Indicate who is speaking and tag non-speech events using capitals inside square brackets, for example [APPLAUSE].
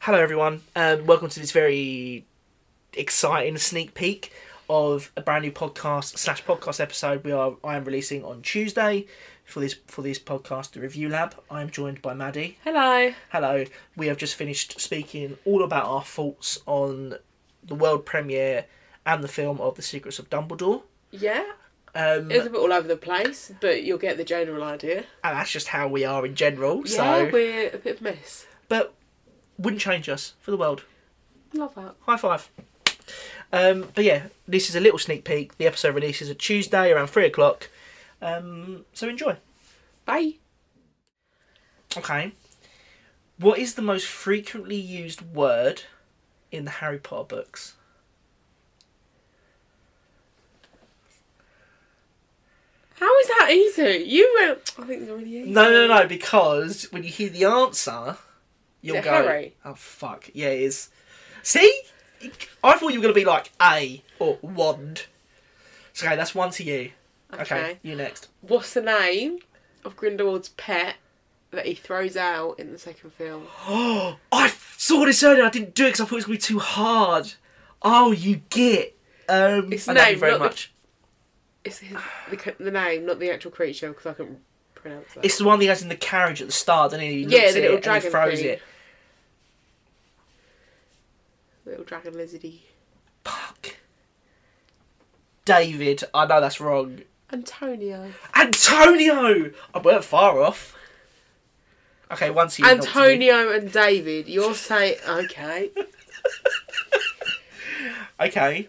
Speaker 1: Hello, everyone, and welcome to this very exciting sneak peek of a brand new podcast slash podcast episode. We are I am releasing on Tuesday for this for this podcast, the Review Lab. I am joined by Maddie.
Speaker 2: Hello.
Speaker 1: Hello. We have just finished speaking all about our thoughts on the world premiere and the film of The Secrets of Dumbledore.
Speaker 2: Yeah,
Speaker 1: Um,
Speaker 2: it was a bit all over the place, but you'll get the general idea.
Speaker 1: and that's just how we are in general.
Speaker 2: Yeah,
Speaker 1: So,
Speaker 2: we're a bit of a mess.
Speaker 1: but wouldn't change us for the world.
Speaker 2: Love that.
Speaker 1: High five. Um, but yeah, this is a little sneak peek. The episode releases a Tuesday around three o'clock. Um, so enjoy.
Speaker 2: Bye.
Speaker 1: Okay. What is the most frequently used word in the Harry Potter books?
Speaker 2: How is that easy? You um, went. I think it's really easy.
Speaker 1: No, no, no, because when you hear the answer, you'll
Speaker 2: it
Speaker 1: go,
Speaker 2: Harry?
Speaker 1: oh fuck, yeah, it is. See? I thought you were going to be like A or wand. So, okay, that's one to you. Okay,
Speaker 2: Okay.
Speaker 1: you next.
Speaker 2: What's the name of Grindelwald's pet that he throws out in the second film?
Speaker 1: Oh, [GASPS] I saw this earlier, I didn't do it because I thought it was going to be too hard. Oh, you get. Um,
Speaker 2: It's
Speaker 1: I love you
Speaker 2: name,
Speaker 1: very
Speaker 2: not the-
Speaker 1: much.
Speaker 2: It's his, the, c- the name, not the actual creature, because I can pronounce that.
Speaker 1: It's the one that he has in the carriage at the start, and he looks
Speaker 2: Yeah, the
Speaker 1: at
Speaker 2: little
Speaker 1: it and he
Speaker 2: dragon
Speaker 1: throws
Speaker 2: thing.
Speaker 1: it.
Speaker 2: Little dragon lizardy.
Speaker 1: Fuck. David, I know that's wrong.
Speaker 2: Antonio.
Speaker 1: Antonio! I weren't far off. Okay, once you. not to me.
Speaker 2: Antonio and David. You're saying okay.
Speaker 1: Okay.